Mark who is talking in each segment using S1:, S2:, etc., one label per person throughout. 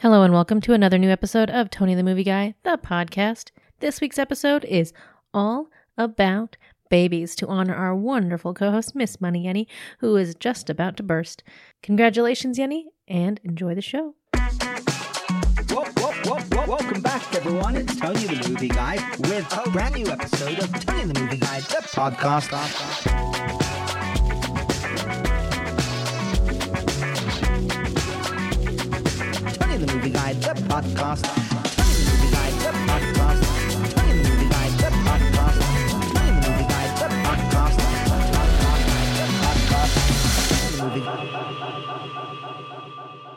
S1: Hello, and welcome to another new episode of Tony the Movie Guy, the podcast. This week's episode is all about babies to honor our wonderful co host, Miss Money Yenny, who is just about to burst. Congratulations, Yenny, and enjoy the show.
S2: Whoa, whoa, whoa, whoa, welcome back, everyone. It's Tony the Movie Guy with a brand new episode of Tony the Movie Guy, the podcast. Tony the Movie Guy, the podcast. Tony the Movie Guy, the podcast. Tony the Movie Guy, the podcast. Tony the Movie Guy, the podcast. Tony the Movie Guy, the podcast.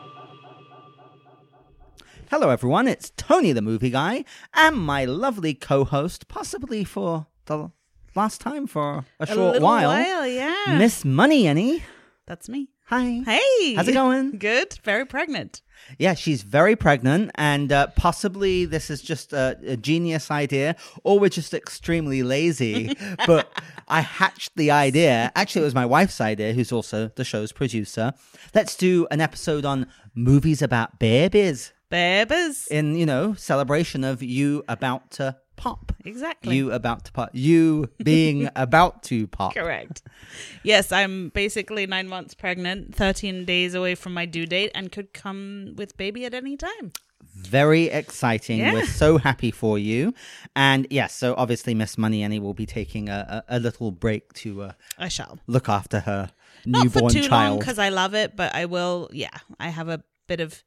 S2: Hello, everyone. It's Tony the Movie Guy and my lovely co host, possibly for the last time for a, short
S3: little
S2: while,
S3: yeah.
S2: Miss Money Annie.
S3: That's me.
S2: Hi.
S3: Hey,
S2: How's it going?
S3: Good. Very pregnant.
S2: Yeah, she's very pregnant, and uh, possibly this is just a, a genius idea, or we're just extremely lazy. but I hatched the idea. Actually, it was my wife's idea, who's also the show's producer. Let's do an episode on movies about babies
S3: Babies.
S2: in, you know, celebration of you about to pop.
S3: exactly.
S2: You about to pop. You being about to pop.
S3: Correct. yes, I'm basically nine months pregnant, 13 days away from my due date, and could come with baby at any time.
S2: Very exciting.
S3: Yeah.
S2: We're so happy for you. And yes, so obviously Miss Money Annie will be taking a, a, a little break to uh,
S3: I shall.
S2: look after her
S3: Not for
S2: newborn
S3: too long
S2: child.
S3: because I love it, but I will. Yeah, I have a bit of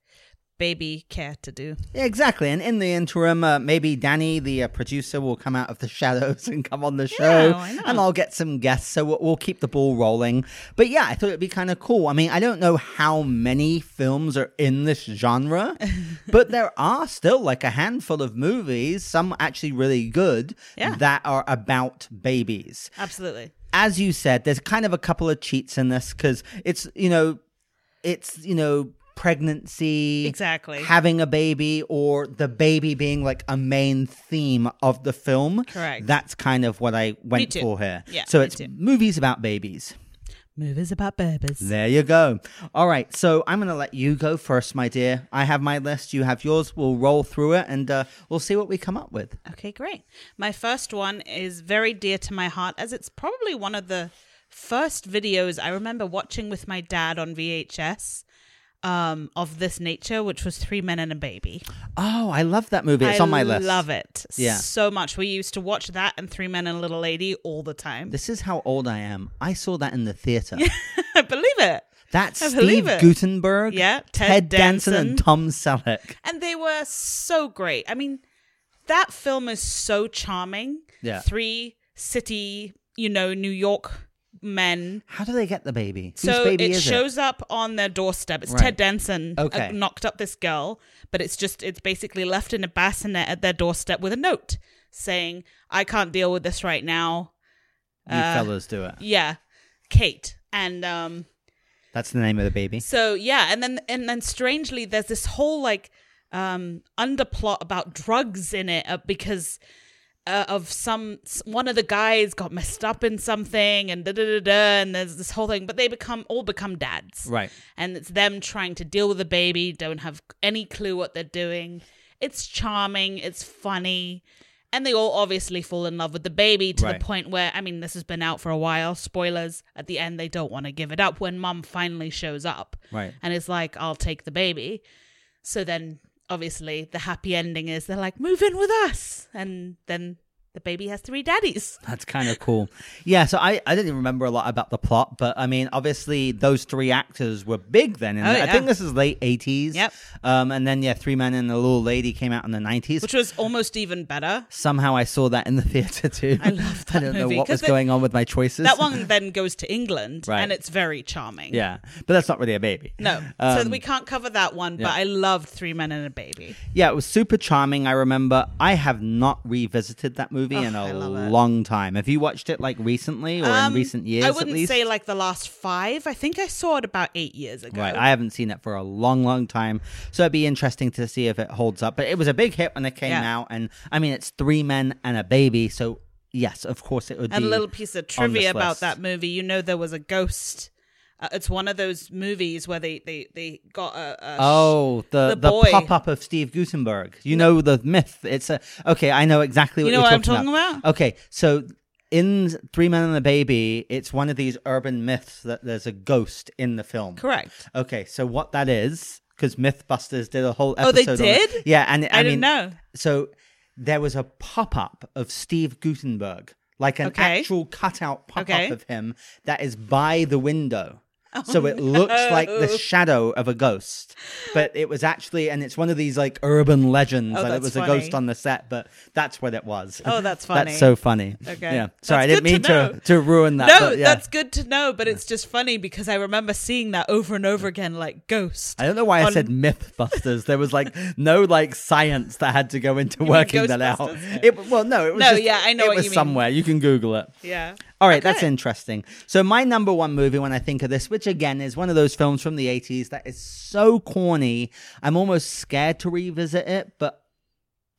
S3: baby care to do.
S2: Yeah, exactly. And in the interim, uh, maybe Danny, the uh, producer, will come out of the shadows and come on the show.
S3: why not?
S2: and I'll get some guests. So we'll, we'll keep the ball rolling. But yeah, I thought it'd be kind of cool. I mean, I don't know how many films are in this genre, but there are still like a handful of movies, some actually really good,
S3: Yeah.
S2: that are about babies
S3: Absolutely.
S2: as you said, there's kind of a couple of cheats in this because it's you know, it's you know, pregnancy,
S3: Exactly.
S2: having a baby, or the baby being like a main theme of the film.
S3: Correct.
S2: That's kind of what I went
S3: too.
S2: for here.
S3: Yeah,
S2: so
S3: me
S2: it's
S3: too.
S2: movies about babies.
S3: Movies about babies.
S2: There you go. All right, so I'm gonna let you go first, my dear. I have my list. You have yours. We'll roll through it, and uh, we'll see what we come up with.
S3: Okay, great. My first one is very dear to my heart as it's probably one of the first videos I remember watching with my dad on VHS um, of this nature, which was Three Men and a Baby.
S2: Oh, I love that movie. It's
S3: I
S2: on my list.
S3: love it
S2: Yeah.
S3: so much. We used to watch that and Three Men and a Little Lady all the time.
S2: This is how old I am. I saw that in the theater.
S3: I believe it.
S2: That's
S3: I
S2: Steve
S3: believe it.
S2: Gutenberg,
S3: Yeah,
S2: Ted,
S3: Ted
S2: Danson, and
S3: Danson.
S2: Tom Selleck.
S3: and they were so great. I mean, that film is so charming.
S2: Yeah.
S3: Three city, you know, New York men.
S2: How do they get the baby? Whose
S3: So
S2: baby
S3: it
S2: is
S3: shows up on their doorstep. It's
S2: Right.
S3: Ted Danson uh,
S2: Okay.
S3: knocked up this girl, but it's just it's basically left in a bassinet at their doorstep with a note saying, "I can't deal with this right now."
S2: it? You
S3: uh,
S2: fellas do it.
S3: Yeah, Kate. And um,
S2: That's the name of the baby.
S3: so yeah, and then and then strangely, there's this whole like um underplot about drugs in it uh, because uh, of some s- one of the guys got messed up in something and da da da da, and there's this whole thing. But they become all become dads,
S2: Right.
S3: And it's them trying to deal with the baby, don't have any clue what they're doing. It's charming, it's funny. And they all obviously fall in love with the baby to
S2: Right.
S3: the point where, I mean, this has been out for a while. Spoilers. At the end, they don't want to give it up when mum finally shows up
S2: Right.
S3: and is like, I'll take the baby. So then, obviously, the happy ending is they're like, move in with us. And then the baby has three daddies.
S2: That's kind of cool. Yeah, so I, I didn't remember a lot about the plot, but I mean, obviously, those three actors were big then. In the-
S3: Oh,
S2: I
S3: yeah.
S2: think this is late 80s.
S3: Yep.
S2: Um, and then, yeah, Three Men and a Little Lady came out in the 90s.
S3: Which was almost even better.
S2: Somehow I saw that in the theater too. I love that I don't know
S3: movie,
S2: what
S3: 'cause
S2: was
S3: it-
S2: going on with my choices.
S3: That one then goes to England,
S2: Right.
S3: and it's very charming.
S2: Yeah, but that's not really a baby.
S3: No, so we can't cover that one.
S2: yeah.
S3: But I loved Three Men and a Baby.
S2: Yeah, it was super charming. I remember. I have not revisited that movie in
S3: I
S2: a
S3: love it.
S2: long time. Have you watched it like recently or in
S3: Um,
S2: recent years?
S3: I
S2: at
S3: wouldn't
S2: least?
S3: say like the last five. I think I saw it about eight years ago.
S2: Right, I haven't seen it for a long, long time, so it'd be interesting to see if it holds up. But it was a big hit when it came
S3: Yeah.
S2: out, and I mean, it's three men and a baby, so yes, of course it would.
S3: and
S2: be
S3: a little piece
S2: on
S3: of
S2: this
S3: trivia about
S2: list.
S3: that movie. You know, there was a ghost Uh, it's one of those movies where they they they got a, a sh-
S2: Oh, the
S3: the
S2: the,
S3: boy.
S2: pop up of Steve Gutenberg. You know the myth. It's a okay. I know exactly what
S3: You know
S2: are
S3: what I'm
S2: talking,
S3: talking about?
S2: Okay, so in Three Men and a Baby, it's one of these urban myths that there's a ghost in the film.
S3: correct.
S2: Okay, so what that is? Because MythBusters did a whole episode.
S3: Oh, they
S2: on it.
S3: did?
S2: Yeah, and I,
S3: I,
S2: mean,
S3: didn't know.
S2: So there was a pop up of Steve Gutenberg, like an
S3: Okay.
S2: actual cutout pop up
S3: Okay. Oh,
S2: of him that is by the window. so it looks like the
S3: no.
S2: shadow of a ghost, but it was actually, and it's one of these like urban legends
S3: Oh,
S2: that it
S3: that's
S2: was a
S3: funny.
S2: ghost on the set, but that's what it was.
S3: Oh, that's funny.
S2: That's so funny.
S3: Okay.
S2: Yeah.
S3: That's
S2: Sorry, I didn't mean
S3: good to
S2: to,
S3: know.
S2: to, ruin that.
S3: no,
S2: but yeah.
S3: that's good to know, but it's just funny because I remember seeing that over and over again, like ghost.
S2: I don't know why I
S3: on-
S2: said MythBusters. There was like no like science that had to go into working that out.
S3: Ghostbusters?
S2: It well, no, it was
S3: No,
S2: just-
S3: yeah, I know
S2: it
S3: what
S2: was
S3: you mean.
S2: somewhere. You can Google it.
S3: Yeah.
S2: All right, that's interesting. So my number one movie when I think of this, which again is one of those films from the '80s that is so corny, I'm almost scared to revisit it, but.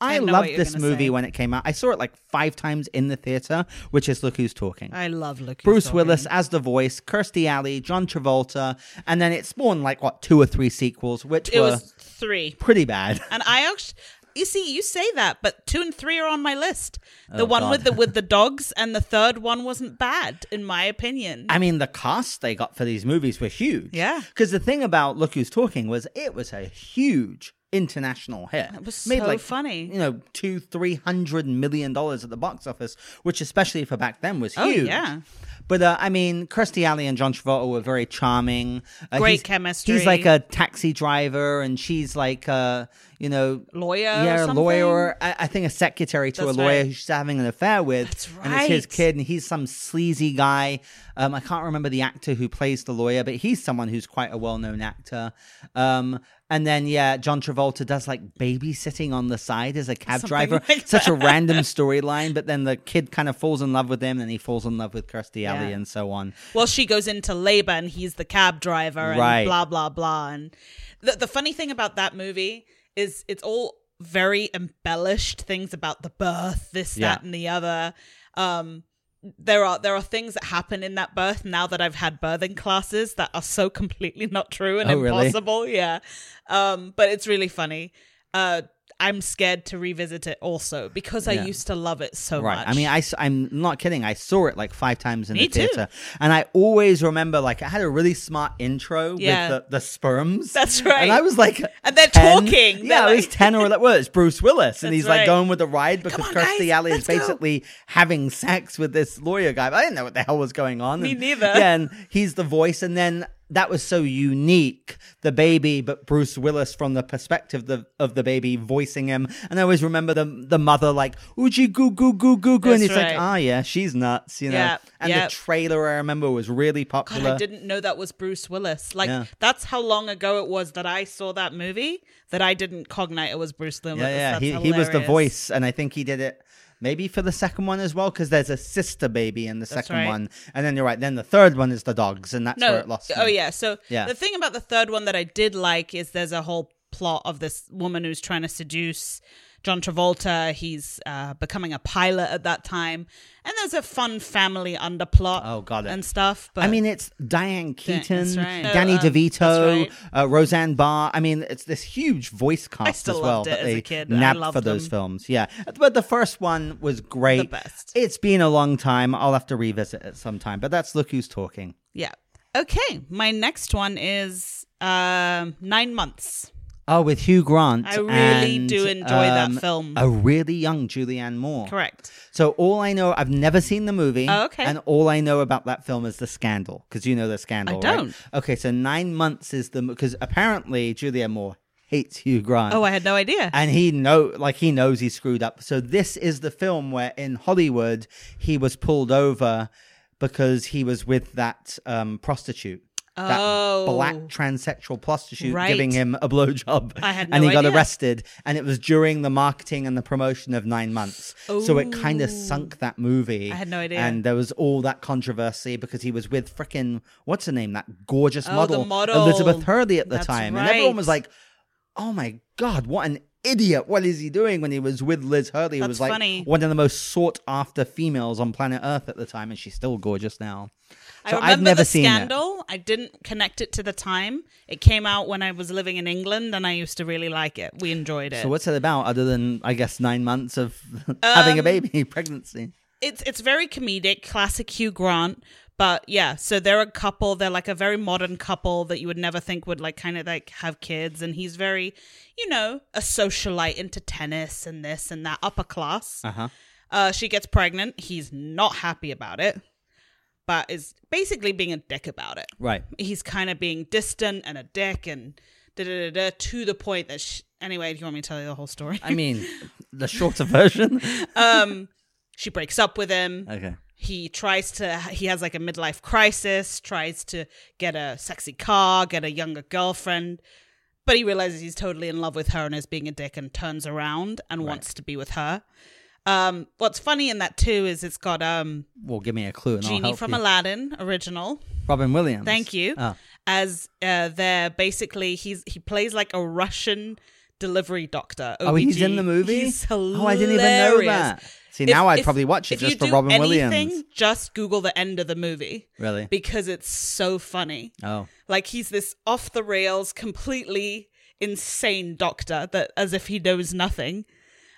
S2: I,
S3: I know what
S2: loved
S3: you're
S2: this
S3: gonna
S2: movie
S3: say.
S2: when it came out. I saw it like five times in the theater, which is Look Who's Talking.
S3: I love looking.
S2: Bruce Willis as the voice, Kirstie Alley, John Travolta, and then it spawned like what two or three sequels, which
S3: It
S2: were
S3: was three.
S2: pretty bad.
S3: And I actually, you see, you say that, but two and three are on my list. The
S2: Oh,
S3: one
S2: God.
S3: with the with the dogs, and the third one wasn't bad, in my opinion.
S2: I mean, the cast they got for these movies were huge.
S3: Yeah.
S2: Because the thing about Look Who's Talking was it was a huge international hit.
S3: It was so funny.
S2: You know, two, three hundred million dollars at the box office, which especially for back then was huge.
S3: Oh, yeah.
S2: But uh, I mean, Kirstie Alley and John Travolta were very charming. Uh,
S3: Great
S2: he's-
S3: chemistry.
S2: He's like a taxi driver, and she's like, uh, you know,
S3: lawyer.
S2: yeah,
S3: or
S2: a
S3: something?
S2: lawyer. I, I think a secretary to
S3: That's
S2: a lawyer
S3: right.
S2: who she's having an affair with,
S3: That's
S2: and it's his
S3: right.
S2: kid, and he's some sleazy guy. Um, I can't remember the actor who plays the lawyer, but he's someone who's quite a well-known actor. Um, and then yeah, John Travolta does like babysitting on the side as a cab
S3: Something
S2: driver.
S3: like
S2: Such a random storyline, but then the kid kind of falls in love with him, and he falls in love with Kirstie Alley,
S3: Yeah.
S2: and so on.
S3: Well, she goes into labor and he's the cab driver and
S2: Right.
S3: blah blah blah. And the the funny thing about that movie is it's all very embellished things about the birth, this,
S2: Yeah.
S3: that, and the other. Um there are there are things that happen in that birth now that I've had birthing classes that are so completely not true and
S2: Oh, really?
S3: impossible. Yeah. Um, but it's really funny. Uh I'm scared to revisit it also because I
S2: Yeah.
S3: used to love it so
S2: right.
S3: much.
S2: I mean, I, am not kidding. I saw it like five times in
S3: Me
S2: the
S3: too.
S2: theater. And I always remember, like, I had a really smart intro
S3: Yeah.
S2: with the, the sperms.
S3: That's right.
S2: And I was like,
S3: And they're
S2: 10.
S3: talking. They're
S2: yeah, it was
S3: like-
S2: 10 or 11. Well, it's Bruce Willis. And
S3: That's
S2: he's like
S3: right.
S2: going with the ride because
S3: on,
S2: Kirstie
S3: guys,
S2: Alley is
S3: let's go.
S2: basically having sex with this lawyer guy. But I didn't know what the hell was going on.
S3: Me
S2: And-
S3: neither.
S2: Yeah, and he's the voice. And then. That was so unique, the baby, but Bruce Willis from the perspective the, of the baby voicing him. And I always remember the the mother like, "Oogie goo goo goo goo goo," and
S3: That's
S2: it's like,
S3: right.
S2: "Ah, yeah, she's nuts," you know.
S3: Yeah,
S2: and
S3: yeah.
S2: the trailer I remember was really
S3: God,
S2: popular.
S3: I didn't know that was Bruce Willis. Like
S2: Yeah.
S3: that's how long ago it was that I saw that movie that I didn't cognite it was Bruce Willis.
S2: Yeah, yeah.
S3: That's
S2: He, he was the
S3: hilarious.
S2: voice, and I think he did it maybe for the second one as well, because there's a sister baby in the second
S3: right.
S2: one, and then you're right. Then the third one is the dogs, and that's
S3: No,
S2: where it lost.
S3: oh
S2: me.
S3: yeah. So
S2: Yeah.
S3: the thing about the third one that I did like is there's a whole plot of this woman who's trying to seduce John Travolta. He's uh, becoming a pilot at that time, and there's a fun family underplot.
S2: Oh, got it.
S3: and stuff. But
S2: I mean, it's Diane
S3: that's
S2: Keaton,
S3: right. No,
S2: Danny
S3: um,
S2: DeVito,
S3: that's
S2: uh, Roseanne Barr. I mean, it's this huge voice cast
S3: still
S2: as well
S3: loved it
S2: that
S3: as a
S2: they
S3: kid. I
S2: nabbed
S3: loved
S2: for those
S3: them.
S2: films. Yeah, but the first one was great.
S3: The best.
S2: It's been a long time. I'll have to revisit it sometime. But that's look who's talking.
S3: yeah. Okay, my next one is um, nine months.
S2: Oh, with Hugh Grant.
S3: I really
S2: and,
S3: do enjoy that
S2: um,
S3: film.
S2: A really young Julianne Moore.
S3: Correct.
S2: So all I know, I've never seen the movie.
S3: Oh, okay.
S2: And all I know about that film is the scandal, because you know the scandal. right?
S3: don't.
S2: Okay, so nine months is the because apparently Julianne Moore hates Hugh Grant.
S3: Oh, I had no idea.
S2: and he know like he knows he screwed up. So this is the film where in Hollywood he was pulled over because he was with that um, prostitute.
S3: Oh.
S2: That black transsexual prostitute
S3: Right.
S2: giving him a blowjob,
S3: I had
S2: and
S3: no
S2: he got
S3: idea.
S2: arrested. And it was during the marketing and the promotion of Nine Months, so it kind of sunk that movie.
S3: I had no idea.
S2: And there was all that controversy because he was with frickin' what's her name, that gorgeous
S3: Oh, the
S2: model,
S3: model.
S2: Elizabeth Hurley at the
S3: That's
S2: time, and everyone
S3: right.
S2: was like, oh my god what an idiot. What is he doing? When he was with Liz Hurley, who
S3: That's
S2: was like
S3: funny.
S2: one of the most sought after females on planet Earth at the time, and she's still gorgeous now.
S3: I
S2: So
S3: remember
S2: I've never
S3: the
S2: seen it.
S3: scandal. I didn't connect it to the time. It came out when I was living in England, and I used to really like it. We enjoyed it.
S2: So what's it about other than I guess nine months of
S3: Um,
S2: having a baby pregnancy?
S3: it's it's very comedic, classic Hugh Grant. But yeah, so they're a couple. They're like a very modern couple that you would never think would like kind of like have kids. And he's very, you know, a socialite into tennis and this and that, upper class.
S2: Uh huh.
S3: Uh, she gets pregnant. He's not happy about it, but is basically being a dick about it.
S2: Right.
S3: He's kind of being distant and a dick and da da da da to the point that. She- anyway, do you want me to tell you the whole story?
S2: I mean, the shorter version.
S3: um, she breaks up with him
S2: Okay.
S3: he tries to he has like a midlife crisis tries to get a sexy car get a younger girlfriend but he realizes he's totally in love with her and is being a dick and turns around and wants to be with her um what's funny in that too is it's got um
S2: Well, give me a clue. And I'll
S3: genie
S2: help
S3: from
S2: you.
S3: aladdin original
S2: Robin Williams.
S3: Thank you.
S2: Ah.
S3: as uh they're basically he's he plays like a russian delivery doctor
S2: Oh, he's
S3: OBG.
S2: in the movie.
S3: He's
S2: Oh, I didn't even know
S3: hilarious.
S2: that. See,
S3: If-
S2: now I'd
S3: if-
S2: probably watch it
S3: if you
S2: just for
S3: do
S2: Robin
S3: anything,
S2: Williams.
S3: Just Google the end of the movie
S2: Really?
S3: because it's so funny.
S2: Oh,
S3: Like he's this off the rails, completely insane doctor that as if he knows nothing.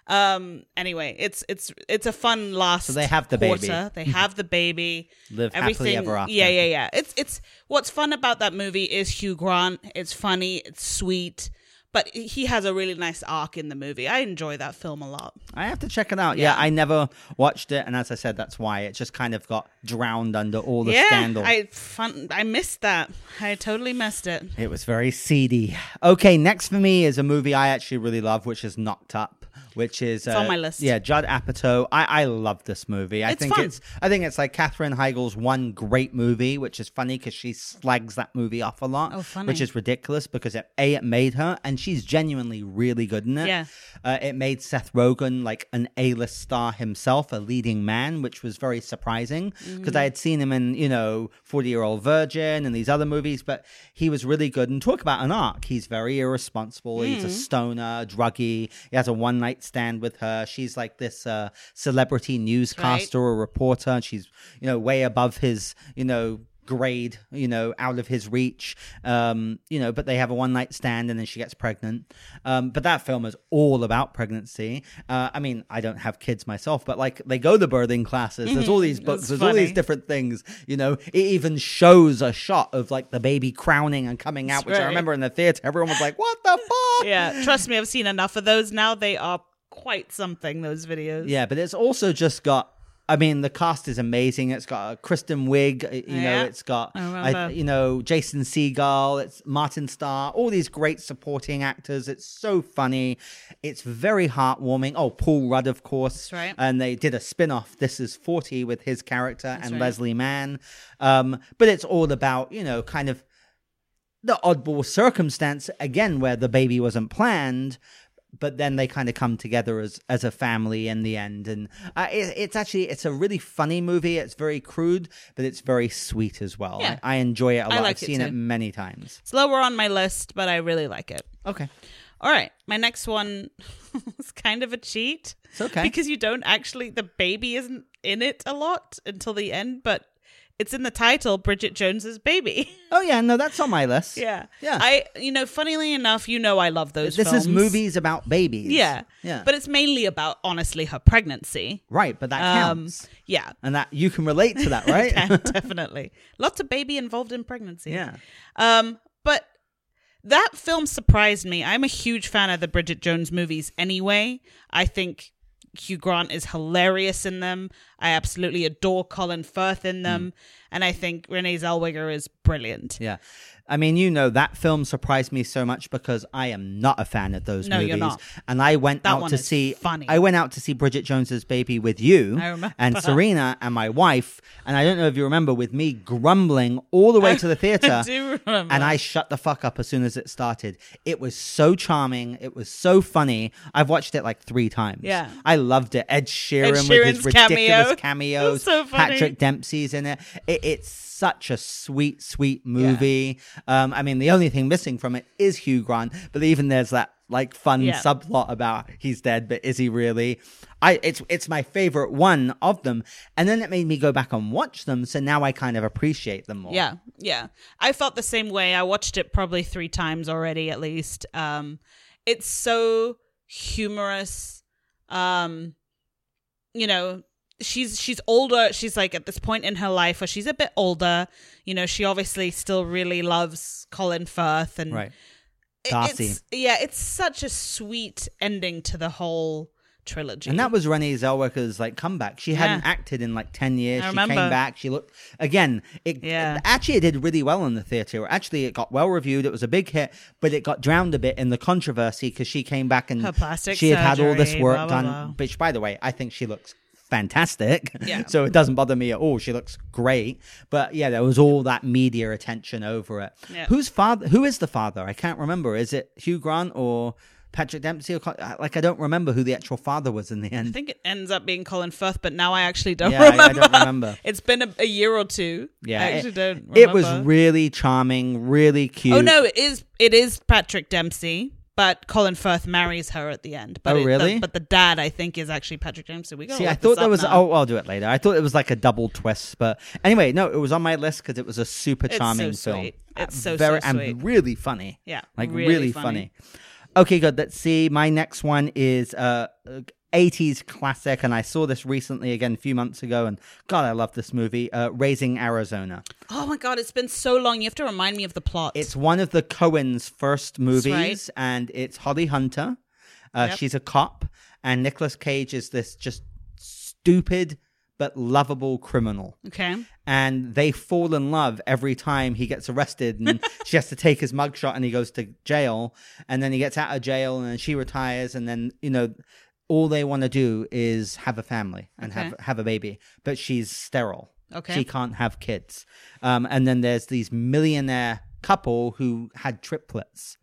S3: Um. Anyway, it's it's it's a fun last.
S2: So they have the baby. Mm-hmm.
S3: quarter. They have the baby.
S2: live happily
S3: Everything.
S2: ever after.
S3: Yeah, yeah, yeah. It's it's what's fun about that movie is Hugh Grant. It's funny. It's sweet. But he has a really nice arc in the movie. I enjoy that film a lot.
S2: I have to check it out. Yeah. I never watched it, and as I said, that's why it just kind of got drowned under all the
S3: yeah,
S2: scandal.
S3: I fun. I missed that. I totally missed it.
S2: It was very seedy. Okay, next for me is a movie I actually really love, which is Knocked Up, which is uh,
S3: on my list.
S2: Yeah, Judd Apatow. I, I love this movie. I
S3: It's
S2: think
S3: fun.
S2: it's I think it's like Katherine Heigl's one great movie, which is funny because she slags that movie off a lot,
S3: Oh, funny.
S2: which is ridiculous because it, a it made her, and she's genuinely really good in it.
S3: Yeah.
S2: Uh, it made Seth Rogen like an A-list star himself, a leading man, which was very surprising because I had seen him in you know Forty Year Old Virgin and these other movies, but he was really good. And talk about an arc. He's very irresponsible. He's a stoner, druggy. He has a one-night stand with her. She's like this uh, celebrity newscaster or reporter, and she's you know way above his you know grade, you know, out of his reach. Um, you know, but they have a one night stand and then she gets pregnant. Um, but that film is all about pregnancy. Uh, I mean, I don't have kids myself, but like they go to birthing classes. There's all these books, there's all these
S3: Mm-hmm. funny.
S2: different things, you know. It even shows a shot of like the baby crowning and coming out,
S3: That's
S2: which I
S3: right.
S2: remember in the theater, everyone was like, What the fuck?
S3: Yeah, trust me, I've seen enough of those now. They are quite something. Those videos.
S2: Yeah, but it's also just got. I mean, the cast is amazing. It's got uh, Kristen Wiig. uh, You know,
S3: Yeah,
S2: it's got
S3: I remember.
S2: you know Jason Segel. It's Martin Starr. All these great supporting actors. It's so funny. It's very heartwarming. Oh, Paul Rudd, of course.
S3: That's right.
S2: And they did a spin-off, This Is Forty, with his character and
S3: right.
S2: Leslie Mann. Um, but it's all about you know kind of the oddball circumstance again where the baby wasn't planned but then they kind of come together as as a family in the end and uh, it, it's actually it's a really funny movie it's very crude but it's very sweet as well
S3: Yeah.
S2: I, I enjoy it a lot
S3: like
S2: i've
S3: it
S2: seen it,
S3: too.
S2: many times
S3: It's lower on my list, but I really like it.
S2: okay
S3: All right, my next one is kind of a cheat.
S2: it's okay
S3: because you don't actually the baby isn't in it a lot until the end but it's in the title bridget jones's baby
S2: oh yeah no that's on my list
S3: yeah
S2: Yeah.
S3: i you know funnily enough you know i love those
S2: this is
S3: films.
S2: movies about babies
S3: yeah
S2: yeah
S3: but it's mainly about honestly her pregnancy
S2: right but that
S3: um
S2: counts
S3: yeah
S2: and that you can relate to that right
S3: definitely lots of baby involved in pregnancy
S2: yeah
S3: Um, but that film surprised me. I'm a huge fan of the Bridget Jones movies anyway. I think Hugh Grant is hilarious in them. I absolutely adore Colin Firth in them. And I think Renee Zellweger is brilliant.
S2: Yeah. I mean, you know, that film surprised me so much because I am not a fan of those
S3: No,
S2: movies.
S3: you're not.
S2: And I went
S3: That
S2: out
S3: one
S2: to
S3: is
S2: see
S3: funny.
S2: I went out to see Bridget Jones's Baby with you
S3: I remember.
S2: and Serena and my wife. And I don't know if you remember with me grumbling all the way to the theater.
S3: I do remember.
S2: And I shut the fuck up as soon as it started. It was so charming. It was so funny. I've watched it like three times.
S3: Yeah.
S2: I loved it. Ed Sheeran with his
S3: Sheeran's cameo.
S2: ridiculous
S3: It was
S2: cameos.
S3: so funny.
S2: Patrick Dempsey's in it. it. It's such a sweet, sweet movie. Um, I mean, the only thing missing from it is Hugh Grant, but even there's that like fun
S3: Yeah.
S2: subplot about he's dead, but is he really? I it's it's my favorite one of them, and then it made me go back and watch them, so now I kind of appreciate them more.
S3: Yeah, yeah. I felt the same way. I watched it probably three times already, at least. Um, it's so humorous. Um, you know, she's she's older. She's like at this point in her life where she's a bit older. You know, she obviously still really loves Colin Firth and
S2: right.
S3: it-
S2: Darcy.
S3: It's, yeah, it's such a sweet ending to the whole trilogy.
S2: And that was Renee Zellweger's like comeback. She hadn't acted in like ten years.
S3: I
S2: she
S3: remember.
S2: came back. She looked again. It
S3: Yeah.
S2: actually it did really well in the theater. Actually, it got well reviewed. It was a big hit, but it got drowned a bit in the controversy because she came back and
S3: Her plastic
S2: she had had all this
S3: surgery,
S2: work
S3: blah, blah,
S2: done.
S3: blah.
S2: Which, by the way, I think she looks fantastic.
S3: Yeah.
S2: so it doesn't bother me at all. She looks great. But yeah, there was all that media attention over it.
S3: Yeah.
S2: Who's father? Who is the father? I can't remember. Is it Hugh Grant or? Patrick Dempsey, or Con- like I don't remember who the actual father was in the end.
S3: I think it ends up being Colin Firth, but now I actually don't
S2: Yeah, I- I
S3: remember.
S2: don't remember.
S3: It's been a, a year or two.
S2: Yeah,
S3: I actually
S2: it,
S3: don't. Remember.
S2: it was really charming, really cute.
S3: Oh no, it is. It is Patrick Dempsey, but Colin Firth marries her at the end.
S2: Oh,
S3: But it- the-
S2: really?
S3: but the dad, I think, is actually Patrick Dempsey. We got.
S2: See, I thought there was. Oh, I'll do it later. I thought it was like a double twist, but anyway, no, it was on my list because it was a super
S3: so
S2: charming film.
S3: sweet. It's so, so sweet.
S2: and really funny.
S3: Yeah,
S2: like
S3: really
S2: really,
S3: funny.
S2: funny. Okay, good. Let's see. My next one is uh, uh, 80s classic, and I saw this recently again a few months ago, and God, I love this movie. Uh, Raising Arizona.
S3: Oh my god, it's been so long. You have to remind me of the plot.
S2: It's one of the Cohen's first movies,
S3: right.
S2: and it's Holly Hunter. Uh,
S3: Yep.
S2: She's a cop, and Nicolas Cage is this just stupid but lovable criminal.
S3: okay.
S2: And they fall in love every time he gets arrested, and she has to take his mugshot, and he goes to jail, and then he gets out of jail, and then she retires, and then you know. All they want to do is have a family and
S3: Okay.
S2: have have a baby, but she's sterile.
S3: Okay.
S2: She can't have kids. Um, and then there's these millionaire couple who had triplets.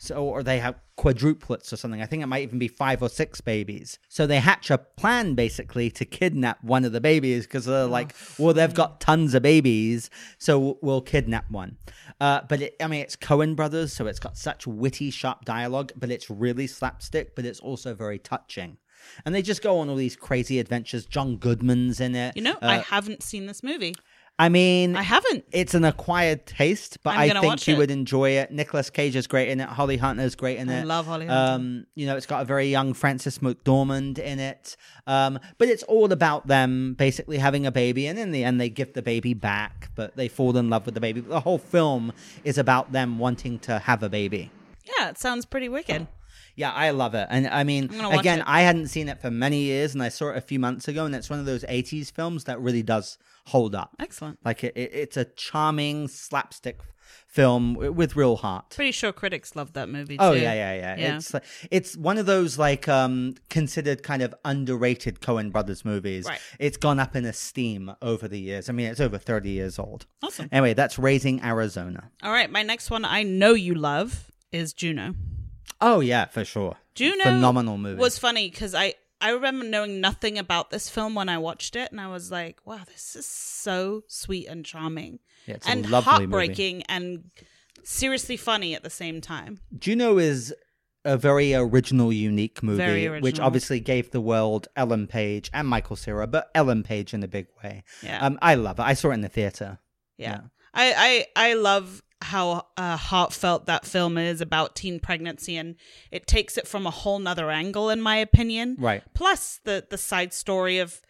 S2: So, or they have quadruplets or something. I think it might even be five or six babies. So they hatch a plan basically to kidnap one of the babies because they're like,
S3: Oh.
S2: well, they've got tons of babies, so we'll kidnap one. Uh, but it, I mean, it's Cohen Brothers, so it's got such witty, sharp dialogue, but it's really slapstick, but it's also very touching. And they just go on all these crazy adventures. John Goodman's in it.
S3: You know,
S2: Uh,
S3: I haven't seen this movie.
S2: I mean,
S3: I haven't.
S2: it's an acquired taste, but
S3: I'm
S2: I
S3: gonna watch
S2: think you
S3: it.
S2: would enjoy it. Nicolas Cage is great in it. Holly Hunter's great in
S3: I
S2: it.
S3: love Holly Hunter.
S2: Um, you know, it's got a very young Francis McDormand in it. Um, but it's all about them basically having a baby, and in the end, they give the baby back, but they fall in love with the baby. The whole film is about them wanting to have a baby.
S3: Yeah, it sounds pretty wicked.
S2: Yeah, I love it. And I mean,
S3: gonna watch
S2: again,
S3: it.
S2: I hadn't seen it for many years, and I saw it a few months ago, and it's one of those 80s films that really does hold up.
S3: Excellent.
S2: Like it, it, it's a charming slapstick film w- with real heart.
S3: Pretty sure critics loved that movie.
S2: Oh
S3: too.
S2: yeah, yeah, yeah.
S3: Yeah.
S2: It's like, it's one of those like um considered kind of underrated Cohen brothers movies.
S3: Right.
S2: It's gone up in esteem over the years. I mean, it's over 30 years old.
S3: Awesome.
S2: Anyway, that's Raising Arizona.
S3: All right, my next one I know you love is Juno.
S2: Oh yeah, for sure.
S3: Juno
S2: Phenomenal movie.
S3: was funny because I I remember knowing nothing about this film when I watched it, and I was like, "Wow, this is so sweet and charming,
S2: Yeah, it's a
S3: and
S2: lovely movie.
S3: heartbreaking, and seriously funny at the same time."
S2: Juno is a very original, unique movie,
S3: Very
S2: which
S3: original.
S2: obviously gave the world Ellen Page and Michael Cera, but Ellen Page in a big way.
S3: Yeah.
S2: Um, I love it. I saw it in the theater.
S3: Yeah,
S2: yeah.
S3: I I I love how uh, heartfelt that film is about teen pregnancy, and it takes it from a whole nother angle, in my opinion.
S2: Right.
S3: plus the the side story of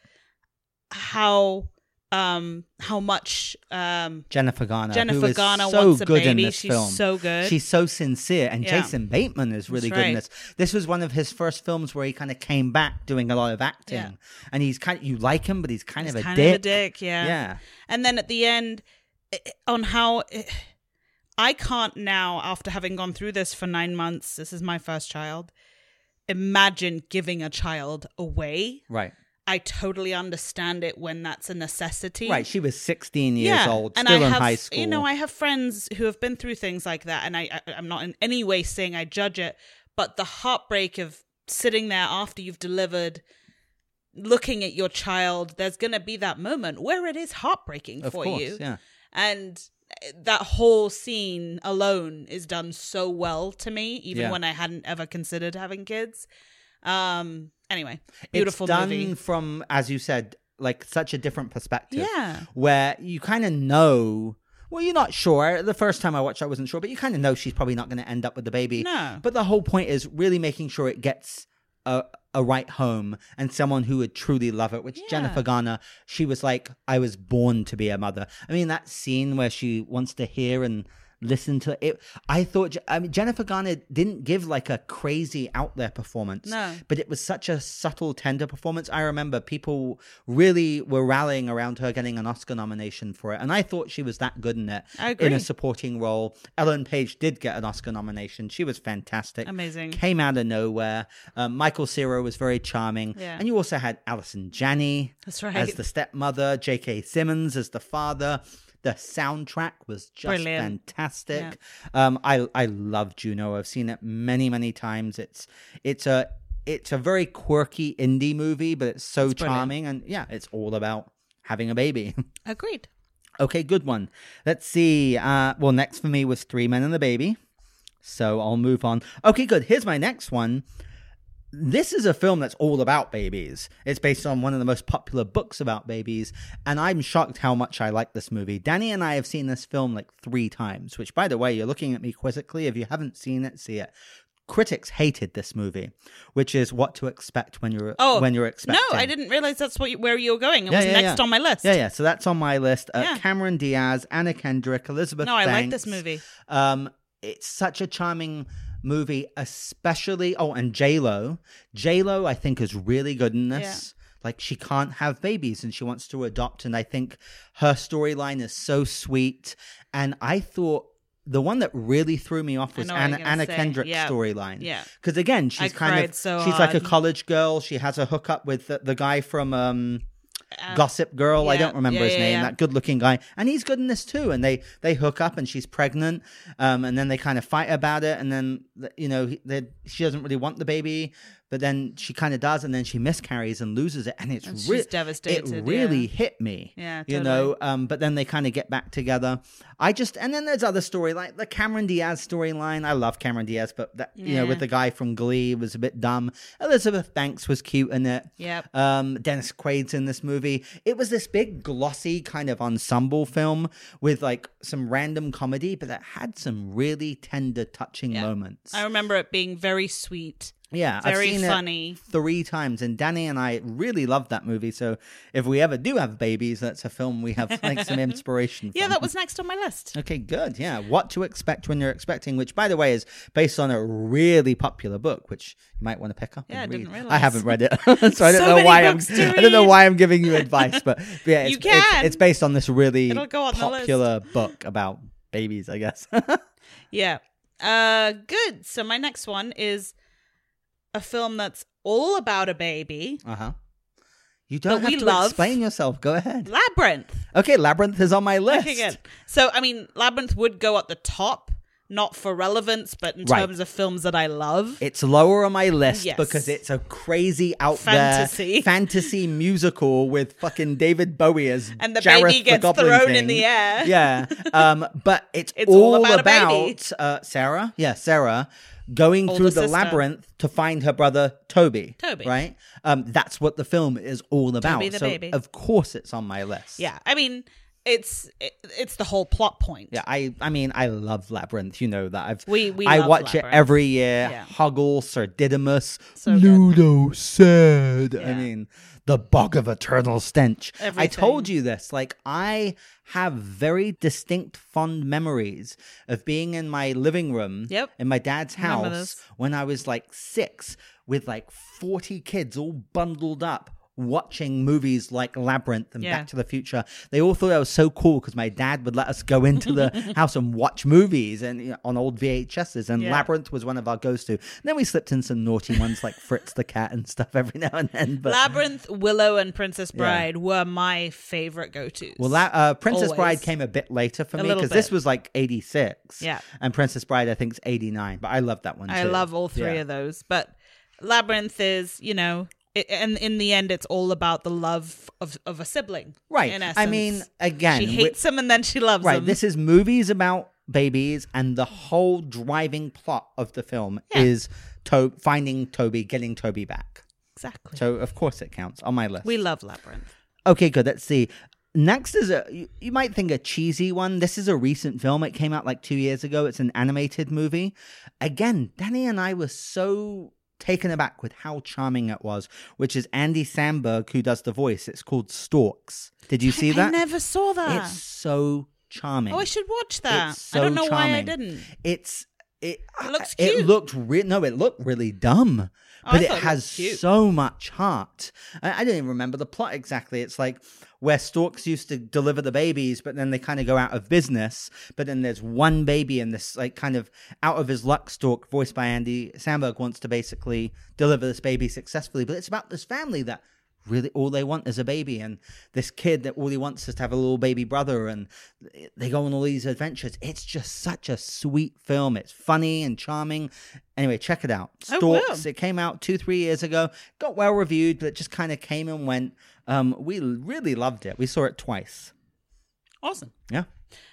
S3: how um how much um
S2: Jennifer Garner. who
S3: Jennifer
S2: is
S3: Garner
S2: so
S3: wants a
S2: good in
S3: baby.
S2: this
S3: She's
S2: film.
S3: so good.
S2: She's so sincere, and
S3: Yeah.
S2: Jason Bateman is really
S3: That's
S2: good in
S3: right.
S2: this. This was one of his first films where he kind of came back doing a lot of acting,
S3: Yeah.
S2: and he's kind. Of, you like him, but he's kind
S3: He's
S2: of a
S3: kind
S2: dick.
S3: of a dick, yeah.
S2: Yeah.
S3: And then at the end, i- i- on how i I can't now, after having gone through this for nine months, this is my first child. Imagine giving a child away.
S2: Right.
S3: I totally understand it when that's a necessity.
S2: Right. She was 16 years old,
S3: and
S2: still
S3: I
S2: in
S3: have,
S2: high school.
S3: You know, I have friends who have been through things like that, and I, I I'm not in any way saying I judge it, but the heartbreak of sitting there after you've delivered, looking at your child, there's gonna be that moment where it is heartbreaking
S2: of
S3: for
S2: course.
S3: you,
S2: Yeah.
S3: and eh, that whole scene alone is done so well to me, even
S2: Yeah.
S3: when I hadn't ever considered having kids. Um. Anyway, beautiful
S2: it's done
S3: movie.
S2: from as you said like such a different perspective
S3: Yeah.
S2: where you kind of know well you're not sure the first time i watched i wasn't sure but you kind of know she's probably not going to end up with the baby
S3: No.
S2: but the whole point is really making sure it gets a, a right home and someone who would truly love it which
S3: Yeah.
S2: jennifer garner she was like i was born to be a mother i mean that scene where she wants to hear and listen to it i thought i mean jennifer garner didn't give like a crazy out there performance
S3: No.
S2: but it was such a subtle, tender performance. I remember people really were rallying around her getting an Oscar nomination for it, and I thought she was that good in it.
S3: I
S2: In
S3: agree.
S2: a supporting role, Ellen Page did get an Oscar nomination. She was fantastic,
S3: Amazing.
S2: came out of nowhere. Um, Michael Cera was very charming,
S3: Yeah.
S2: and you also had Alison Janney
S3: That's right.
S2: as the stepmother, J.K. Simmons as the father. The soundtrack was just
S3: Brilliant.
S2: fantastic. Um, I I love Juno. I've seen it many many times. It's it's a it's a very quirky indie movie, but it's so
S3: brilliant.
S2: charming and yeah, it's all about having a baby.
S3: Agreed.
S2: okay, good one. Let's see. Uh, well, next for me was Three Men and a Baby, so I'll move on. Okay, good. Here's my next one. This is a film that's all about babies. It's based on one of the most popular books about babies, and I'm shocked how much I like this movie. Danny and I have seen this film like three times, which, by the way, you're looking at me quizzically. If you haven't seen it, see it. Critics hated this movie, which is what to expect when you're
S3: Oh,
S2: when you're expecting.
S3: No, I didn't realize that's what you, where you were going. It
S2: Yeah,
S3: was
S2: yeah,
S3: next
S2: yeah.
S3: on my list.
S2: Yeah, yeah. So that's on my list. Uh,
S3: Yeah.
S2: Cameron Diaz, Anna Kendrick, Elizabeth.
S3: No, I like this
S2: Banks.
S3: movie.
S2: Um, it's such a charming movie, especially. Oh, and J Lo. J Lo, I think, is really good in this. Like she can't have babies and she wants to adopt, and I think her storyline is so sweet. And I thought the one that really threw me off
S3: I
S2: was
S3: know what you're
S2: Anna,
S3: gonna
S2: Anna
S3: say.
S2: Kendrick's
S3: Yeah.
S2: storyline.
S3: Yeah.
S2: because again, she's kind
S3: cried
S2: of
S3: so
S2: she's like a
S3: hard.
S2: college girl. She has a hookup with the, the guy from um,
S3: Uh,
S2: Gossip Girl. I
S3: yeah,
S2: don't remember
S3: yeah,
S2: his
S3: yeah,
S2: name.
S3: yeah.
S2: That good-looking guy, and he's good in this too. And they they hook up, and she's pregnant. Um, and then they kind of fight about it, and then th- you know he- they, she doesn't really want the baby, but then she kind of does, and then she miscarries and loses it, and it's
S3: And she's
S2: really
S3: devastated,
S2: It really
S3: yeah.
S2: hit me.
S3: Yeah,
S2: you know. Um, but then they kind of get back together. I just and then there's other story like the Cameron Diaz storyline. I love Cameron Diaz, but that, you know
S3: Yeah.
S2: with the guy from Glee was a bit dumb. Elizabeth Banks was cute in it.
S3: Yep.
S2: Um, Dennis Quaid's in this movie. It was this big glossy kind of ensemble film with like some random comedy, but it had some really tender, touching moments.
S3: I remember it being very sweet.
S2: yeah,
S3: very
S2: I've seen it
S3: funny.
S2: three times, and Danny and I really love that movie. So if we ever do have babies, that's a film we have like some inspiration.
S3: Yeah,
S2: from.
S3: that was next on my list.
S2: Okay, good. Yeah. What to expect when you're expecting, which by the way is based on a really popular book, which you might want to pick up
S3: Yeah,
S2: and
S3: I
S2: read.
S3: didn't
S2: I
S3: realize.
S2: haven't read it. so I don't
S3: So
S2: know
S3: many
S2: why I'm
S3: books to
S2: I don't know
S3: read.
S2: why I'm giving you advice, but, but yeah, it's,
S3: You
S2: it's
S3: can.
S2: it's based on this really
S3: It'll go on the list.
S2: popular book about babies, I guess.
S3: Yeah. Uh good. So my next one is a film that's all about a baby.
S2: uh-huh. You don't
S3: But
S2: have
S3: we
S2: to
S3: love-
S2: explain yourself. Go ahead.
S3: Labyrinth.
S2: Okay, Labyrinth is on my list.
S3: Okay, good. So I mean, Labyrinth would go at the top, not for relevance, but in
S2: Right.
S3: terms of films that I love.
S2: It's lower on my list
S3: Yes.
S2: because it's a crazy out there
S3: Fantasy.
S2: fantasy musical with fucking David Bowie as
S3: And the
S2: Jareth
S3: baby gets
S2: Goblin
S3: thrown
S2: King.
S3: in the air.
S2: Yeah, um, but it's,
S3: It's
S2: all,
S3: all
S2: about,
S3: about a baby.
S2: uh, Sarah. Yeah, Sarah going
S3: Older
S2: through the
S3: sister.
S2: labyrinth to find her brother Toby.
S3: Toby.
S2: right? Um, that's what the film is all about.
S3: Toby the
S2: so
S3: baby.
S2: of course it's on my list.
S3: Yeah. I mean, it's it, it's the whole plot point.
S2: Yeah, I I mean I love Labyrinth. You know that I've
S3: We- we
S2: I
S3: love
S2: watch it
S3: Labyrinth.
S2: every year.
S3: Yeah.
S2: Hoggle, Sir Didymus,
S3: So good.
S2: Ludo said. I
S3: Yeah.
S2: mean, the bog of eternal stench. I told
S3: Everything.
S2: you this. Like I have very distinct fond memories of being in my living room
S3: Yep.
S2: in my dad's
S3: Remember
S2: house
S3: this.
S2: when I was like 6 with like 40 kids all bundled up. Watching movies like Labyrinth and
S3: Yeah.
S2: Back to the Future, they all thought I was so cool because my dad would let us go into the house and watch movies and you know, on old VHSs, and
S3: Yeah.
S2: Labyrinth was one of our go-to. And then we slipped in some naughty ones like Fritz the Cat and stuff every now and then. But
S3: Labyrinth, Willow, and Princess Bride were my favorite go tos.
S2: Well, that, uh, Princess
S3: Always.
S2: Bride came a bit later for
S3: A
S2: me
S3: little
S2: because this
S3: bit.
S2: was like '86,
S3: Yeah.
S2: and Princess Bride I think is '89. But I love that one.
S3: I
S2: too.
S3: love all three
S2: Yeah.
S3: of those, but Labyrinth is, you know, I- and in the end, it's all about the love of, of a sibling.
S2: Right.
S3: In
S2: I mean,
S3: essence.
S2: again,
S3: she
S2: we-
S3: hates him and then she loves
S2: right.
S3: him.
S2: This is movies about babies, and the whole driving plot of the film is to- finding Toby, getting Toby back.
S3: exactly.
S2: So of course it counts on my list.
S3: we love Labyrinth.
S2: Okay, good. Let's see. Next is a you, you might think a cheesy one. This is a recent film. It came out like 2 years ago. It's an animated movie. Again, Danny and I were so taken aback with how charming it was, which is Andy Samberg who does the voice. It's called Storks. Did you see
S3: I
S2: that?
S3: never saw that.
S2: It's so charming.
S3: oh, I should watch that.
S2: It's
S3: I don't
S2: so
S3: know why I
S2: charming.
S3: didn't.
S2: It's it,
S3: It looks
S2: It
S3: cute.
S2: looked re- no, it looked really dumb,
S3: Oh, I
S2: but it
S3: thought it
S2: has
S3: looked cute.
S2: so much heart. I, I don't even remember the plot exactly. It's like where storks used to deliver the babies, but then they kind of go out of business. But then there's one baby, and this like kind of out of his luck stork, voiced by Andy Samberg, wants to basically deliver this baby successfully. But it's about this family that really all they want is a baby and this kid that all he wants is to have a little baby brother and they go on all these adventures it's just such a sweet film it's funny and charming anyway check it out
S3: I will.
S2: storks it came out two three years ago got well reviewed but it just kind of came and went um we really loved it we saw it twice
S3: Awesome.
S2: yeah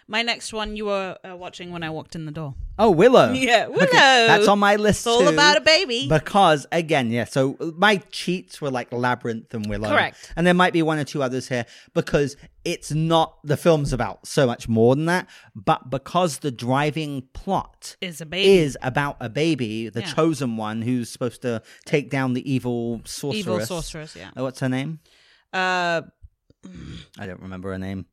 S3: My next one you were uh, watching when I walked in the door.
S2: oh willow
S3: Yeah, Willow.
S2: that's on my list
S3: It's all
S2: too,
S3: about a baby.
S2: because again yeah so uh, my cheats were like labyrinth and willow
S3: Correct.
S2: and there might be one or two others here because it's not the film's about so much more than that but because the driving plot
S3: Is a baby.
S2: is about a baby the
S3: Yeah.
S2: chosen one who's supposed to take down the evil sorceress Oh.
S3: Evil sorceress, yeah.
S2: Uh, what's her name
S3: Uh,
S2: I don't remember her name.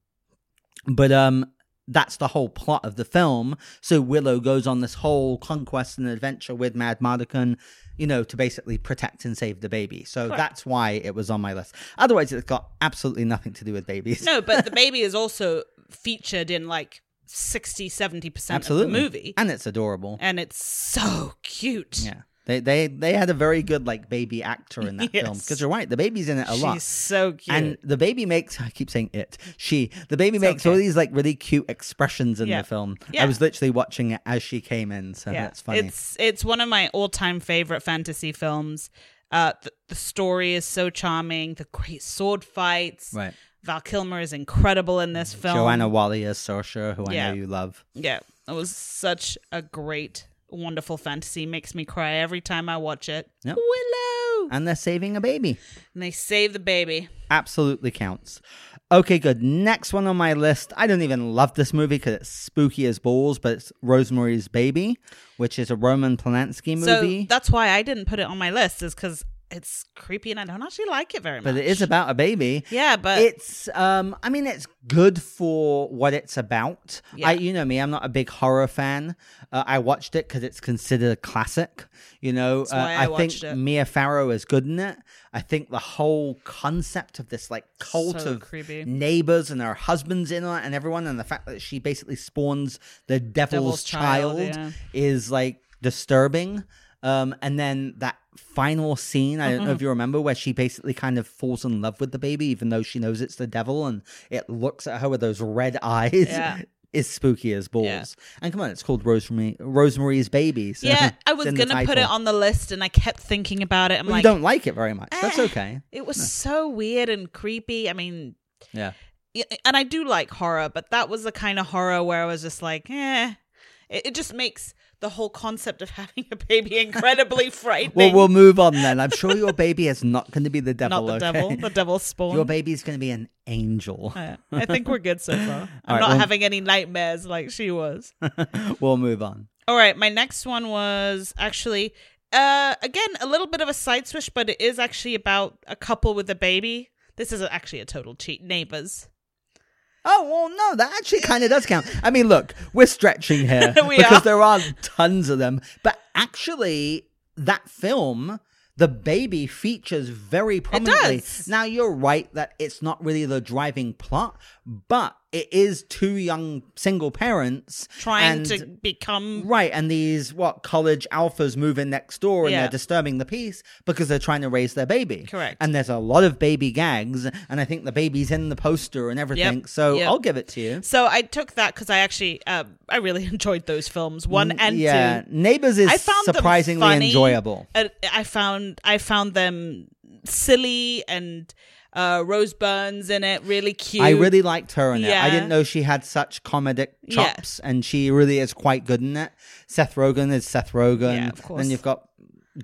S2: But um that's the whole plot of the film. So Willow goes on this whole conquest and adventure with Mad Mardigan, you know, to basically protect and save the baby. So that's why it was on my list. Otherwise it's got absolutely nothing to do with babies.
S3: no, but the baby is also featured in like 60, 70%
S2: absolutely.
S3: of the movie.
S2: And it's adorable.
S3: And it's so cute.
S2: yeah. They they they had a very good like baby actor in that film.
S3: Yes.
S2: Because you're right, the baby's in it a
S3: She's
S2: lot.
S3: so cute.
S2: And the baby makes, I keep saying it, she, the baby makes
S3: okay.
S2: all these like really cute expressions in
S3: Yeah.
S2: the film. I
S3: Yeah.
S2: was literally watching it as she came in, so oh, that's funny.
S3: It's it's one of my all time favorite fantasy films. Uh, the, the story is so charming. The great sword fights.
S2: right. Mm,
S3: Val Kilmer is incredible in this film.
S2: Joanna Wally as Sorcerer, who I
S3: Yeah.
S2: know you love.
S3: Yeah, it was such a great, wonderful fantasy. Makes me cry every time I watch it.
S2: Yep.
S3: Willow,
S2: And they're saving a baby.
S3: and they save the baby.
S2: Absolutely counts. Okay, good. Next one on my list. I don't even love this movie because it's spooky as balls, but it's Rosemary's Baby, which is a Roman Polanski
S3: So
S2: movie.
S3: that's why I didn't put it on my list, is because it's creepy and I don't actually like it very much.
S2: but it is about a baby.
S3: yeah, but
S2: it's um i mean it's good for what it's about
S3: Yeah.
S2: i you know me i'm not a big horror fan uh, i watched it because it's considered a classic you know uh,
S3: why I
S2: i, think
S3: watched it.
S2: mia farrow is good in it i think the whole concept of this like cult
S3: So
S2: of
S3: creepy.
S2: neighbors and her husband's in on it and everyone and the fact that she basically spawns the devil's,
S3: Devil's
S2: child,
S3: child, yeah.
S2: is like disturbing um and then that final scene i don't know if
S3: Mm-hmm.
S2: you remember where she basically kind of falls in love with the baby even though she knows it's the devil and it looks at her with those red eyes
S3: Yeah.
S2: is spooky as balls and come on it's called rosemary rosemary's baby so
S3: yeah, I
S2: it's
S3: was
S2: in the
S3: gonna put it
S2: title.
S3: on the list and I kept thinking about it. I'm
S2: Well, you
S3: like,
S2: don't like it very much that's
S3: eh,
S2: okay
S3: It was so weird and creepy. I mean,
S2: yeah
S3: y- and I do like horror, but that was the kind of horror where I was just like, eh. It, it just makes the whole concept of having a baby incredibly
S2: well
S3: frightening.
S2: we'll move on then i'm sure your baby is not going to be the
S3: Not
S2: devil
S3: the
S2: okay?
S3: devil, the devil spawn.
S2: Your baby's going to be an angel.
S3: Yeah, I think we're good so far. I'm
S2: right,
S3: not
S2: well-
S3: having any nightmares like she was.
S2: we'll move on.
S3: All right, my next one was actually uh again a little bit of a side switch, but it is actually about a couple with a baby. This is actually a total cheat. Neighbors.
S2: Oh, well, no, that actually kind of does count. I mean, look, we're stretching here
S3: We
S2: because
S3: are.
S2: there are tons of them. But actually, that film, the baby features very prominently.
S3: does.
S2: Now, you're right that it's not really the driving plot, but it is two young single parents
S3: trying
S2: and-
S3: to become
S2: Right, and these what college alphas move in next door and
S3: Yeah.
S2: they're disturbing the peace because they're trying to raise their baby.
S3: Correct.
S2: And there's a lot of baby gags, and I think the baby's in the poster and everything. So
S3: yep.
S2: I'll give it to you.
S3: so i took that because i actually uh, i really enjoyed those films one and
S2: yeah,
S3: two
S2: Neighbours is
S3: i found them
S2: surprisingly
S3: funny.
S2: enjoyable.
S3: Uh, i found i found them silly and uh, Rose Burns in it, really cute.
S2: I really liked her in it. I
S3: Yeah.
S2: didn't know she had such comedic
S3: Yeah.
S2: chops, and she really is quite good in it. Seth Rogen is Seth Rogen.
S3: Yeah, of course. Uh,
S2: Then you've got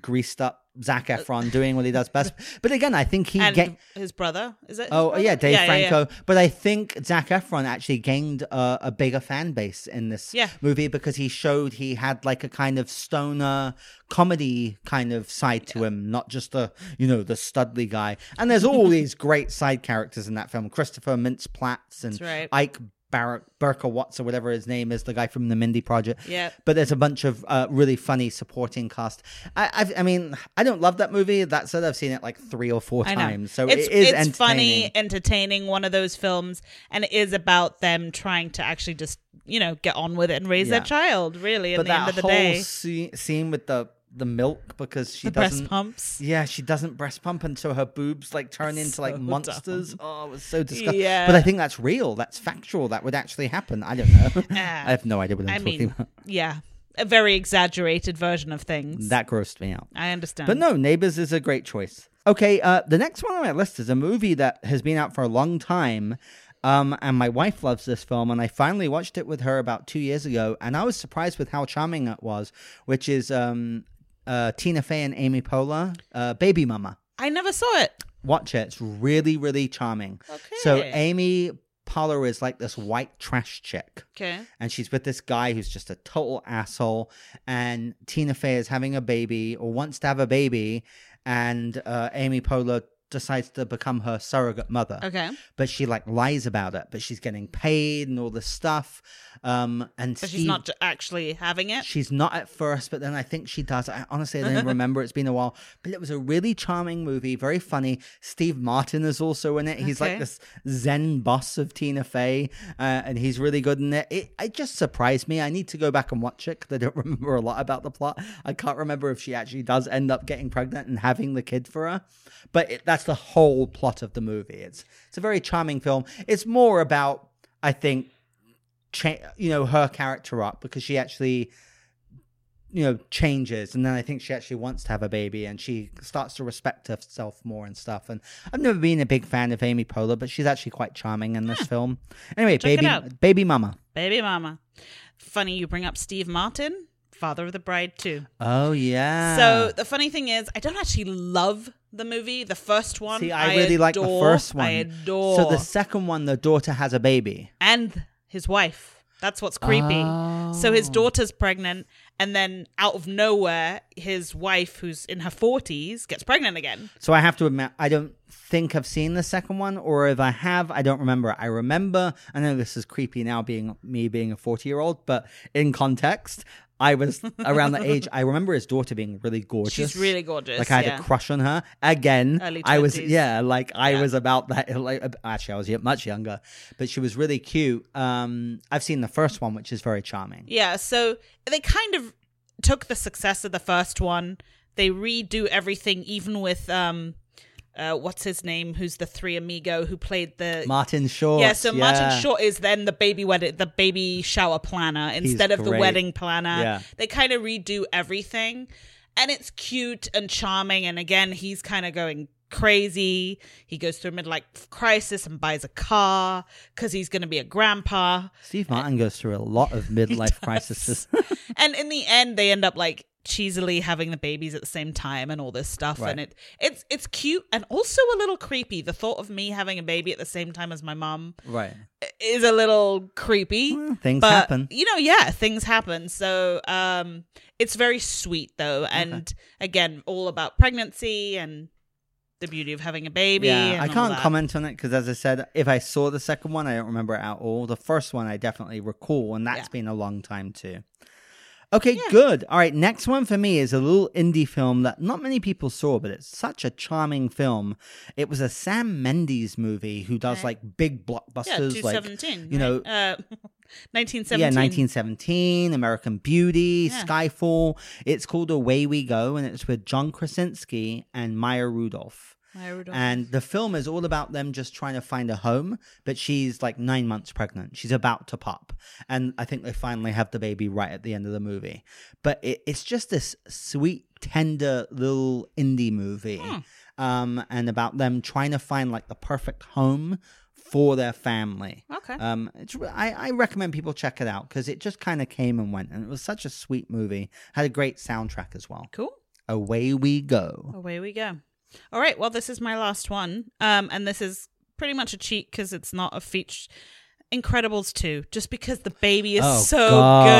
S2: greased up Zach Efron doing what he does best. But again, I think he
S3: and
S2: ga-
S3: his brother is it?
S2: Oh
S3: his brother?
S2: yeah, Dave
S3: yeah.
S2: Franco. But I think Zach Efron actually gained a, a bigger fan base in this
S3: Yeah.
S2: movie because he showed he had like a kind of stoner comedy kind of side to him, not just the you know the studly guy. And there's all these great side characters in that film: Christopher Mintz-Platz and
S3: That's right.
S2: Ike Bar- Berkowitz or whatever his name is, the guy from the Mindy Project.
S3: Yeah.
S2: But there's a bunch of uh, really funny supporting cast. I, I've, I mean, I don't love that movie. That said, I've seen it like three or four
S3: I know.
S2: times, so
S3: it's,
S2: it is
S3: it's funny,
S2: entertaining.
S3: entertaining, one of those films, and it is about them trying to actually just, you know, get on with it and raise
S2: Yeah.
S3: their child, really, at
S2: but
S3: the
S2: that
S3: end of the
S2: whole
S3: day.
S2: sce- scene with the the milk because she
S3: The
S2: doesn't
S3: breast pumps.
S2: yeah she doesn't breast pump and so her boobs like turn into like
S3: So
S2: monsters oh it was so disgusting
S3: Yeah.
S2: but i think that's real that's factual that would actually happen i don't know i have no idea what i'm
S3: I
S2: talking
S3: mean,
S2: about
S3: yeah, a very exaggerated version of things.
S2: that grossed me out
S3: I understand.
S2: But no, Neighbors is a great choice. Okay, uh, the next one on my list is a movie that has been out for a long time. Um, and my wife loves this film, and I finally watched it with her about two years ago, and I was surprised with how charming it was, which is um, uh, Tina Fey and Amy Poehler, uh, Baby Mama.
S3: I never saw it.
S2: Watch it; it's really, really charming. So
S3: Okay.
S2: Amy Poehler is like this white trash chick,
S3: Okay.
S2: and she's with this guy who's just a total asshole. And Tina Fey is having a baby or wants to have a baby, and uh, Amy Poehler decides to become her surrogate mother.
S3: Okay.
S2: But she like lies about it. But she's getting paid and all this stuff. Um, and
S3: So
S2: Steve-
S3: she's not j- actually having it.
S2: She's not at first, but then I think she does. I honestly I don't even remember. It's been a while, but it was a really charming movie, very funny. Steve Martin is also in it. He's like
S3: Okay.
S2: this Zen boss of Tina Fey, uh, and he's really good in it. it. It just surprised me. I need to go back and watch it because I don't remember a lot about the plot. I can't remember if she actually does end up getting pregnant and having the kid for her, but it, that's the whole plot of the movie. It's it's a very charming film. It's more about I think cha- you know her character up because she actually you know changes and then i think she actually wants to have a baby and she starts to respect herself more and stuff and i've never been a big fan of amy poehler but she's actually quite charming in this film anyway
S3: it
S2: baby
S3: out.
S2: baby mama
S3: Baby mama. Funny you bring up Steve Martin, father of the bride, too.
S2: oh yeah
S3: So the funny thing is, I don't actually love the movie, the first one.
S2: see i, really like the
S3: adore-
S2: first one
S3: I adore.
S2: so the second one the daughter has a baby
S3: and his wife. That's what's creepy. So
S2: Oh.
S3: his daughter's pregnant, and then out of nowhere, his wife, who's in her forties, gets pregnant again.
S2: So I have to admit, I don't think I've seen the second one, or if I have, I don't remember. I remember, I know this is creepy now, being me being a 40 year old, but in context, I was around that age. I remember his daughter being really gorgeous.
S3: She's really gorgeous.
S2: Like I had
S3: yeah.
S2: a crush on her again.
S3: Early
S2: I was
S3: 20s.
S2: yeah, like I was about that. Like actually, I was y- much younger, but she was really cute. Um, I've seen the first one, which is very charming.
S3: Yeah, so they kind of took the success of the first one. They redo everything, even with um, uh, what's his name? Who's the three amigo who played the
S2: Martin Short.
S3: yeah? So Martin Short is then the baby wedding, the baby shower planner instead of the
S2: great.
S3: wedding planner.
S2: Yeah.
S3: They kind of redo everything, and it's cute and charming. And again, he's kind of going crazy. He goes through a midlife crisis and buys a car because he's going to be a grandpa.
S2: Steve Martin goes through a lot of midlife crises.
S3: and in the end they end up like cheesily having the babies at the same time and all this stuff
S2: Right.
S3: and it it's it's cute and also a little creepy the thought of me having a baby at the same time as my mom
S2: right.
S3: is a little creepy
S2: Well, things
S3: but
S2: happen.
S3: you know yeah things happen so um it's very sweet though and again all about pregnancy and the beauty of having a baby and
S2: Yeah, I
S3: all
S2: can't
S3: that.
S2: comment on it because, as I said, if I saw the second one, I don't remember it at all. The first one, I definitely recall, and that's
S3: Yeah.
S2: been a long time too. Okay, good. All right, next one for me is a little indie film that not many people saw, but it's such a charming film. It was a Sam Mendes movie who does
S3: Okay.
S2: like big
S3: yeah
S2: blockbusters, like
S3: 217
S2: you know-
S3: right? uh 1917
S2: yeah, 1917, American Beauty,
S3: Yeah.
S2: Skyfall. It's called Away We Go, and it's with John Krasinski and Maya Rudolph.
S3: I would-
S2: And the film is all about them just trying to find a home, but she's like nine months pregnant. She's about to pop. And I think they finally have the baby right at the end of the movie. But it, it's just this sweet, tender little indie movie. Um, and about them trying to find like the perfect home for their family.
S3: Okay.
S2: Um, it's re- I, I recommend people check it out because it just kind of came and went, and it was such a sweet movie. Had a great soundtrack as well.
S3: cool.
S2: Away we go.
S3: Away we go. All right. Well, this is my last one. Um, and this is pretty much a cheat because it's not a feature. Incredibles 2, just because the baby is so good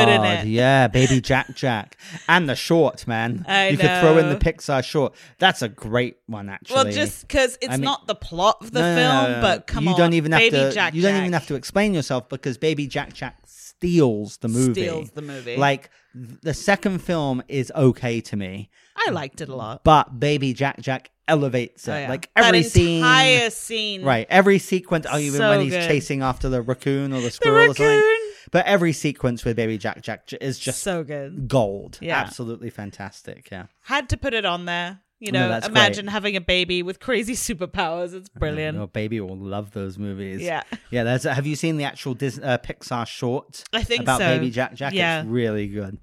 S3: in
S2: Oh, God,
S3: it.
S2: Yeah, baby Jack Jack. And the short, man.
S3: I
S2: you could throw in the
S3: know.
S2: Pixar short. That's a great one actually.
S3: Well, just because it's
S2: I mean-
S3: not the plot of the
S2: No, no, no,
S3: film,
S2: no, no.
S3: but come
S2: you
S3: on,
S2: Don't even have
S3: Baby
S2: to,
S3: Jack
S2: you don't even have to explain yourself because Baby Jack Jack steals the movie.
S3: steals the movie.
S2: Like th- the second film is okay to me,
S3: I liked it a lot.
S2: but Baby Jack Jack elevates it.
S3: Oh, yeah.
S2: Like every
S3: that
S2: scene,
S3: entire scene,
S2: right? Every sequence, oh, even
S3: So
S2: when he's
S3: good.
S2: chasing after the raccoon or the
S3: The
S2: squirrel or something.
S3: raccoon,
S2: But every sequence with Baby Jack Jack j- is just
S3: so good.
S2: gold.
S3: Yeah.
S2: Absolutely fantastic. Yeah.
S3: Had to put it on there. You
S2: No,
S3: know,
S2: that's
S3: imagine having a baby with crazy superpowers. It's brilliant.
S2: Your baby will love those movies.
S3: Yeah.
S2: Yeah. There's, have you seen the actual Disney, uh, Pixar short
S3: I think
S2: about
S3: so.
S2: Baby Jack Jack?
S3: Yeah.
S2: It's really good.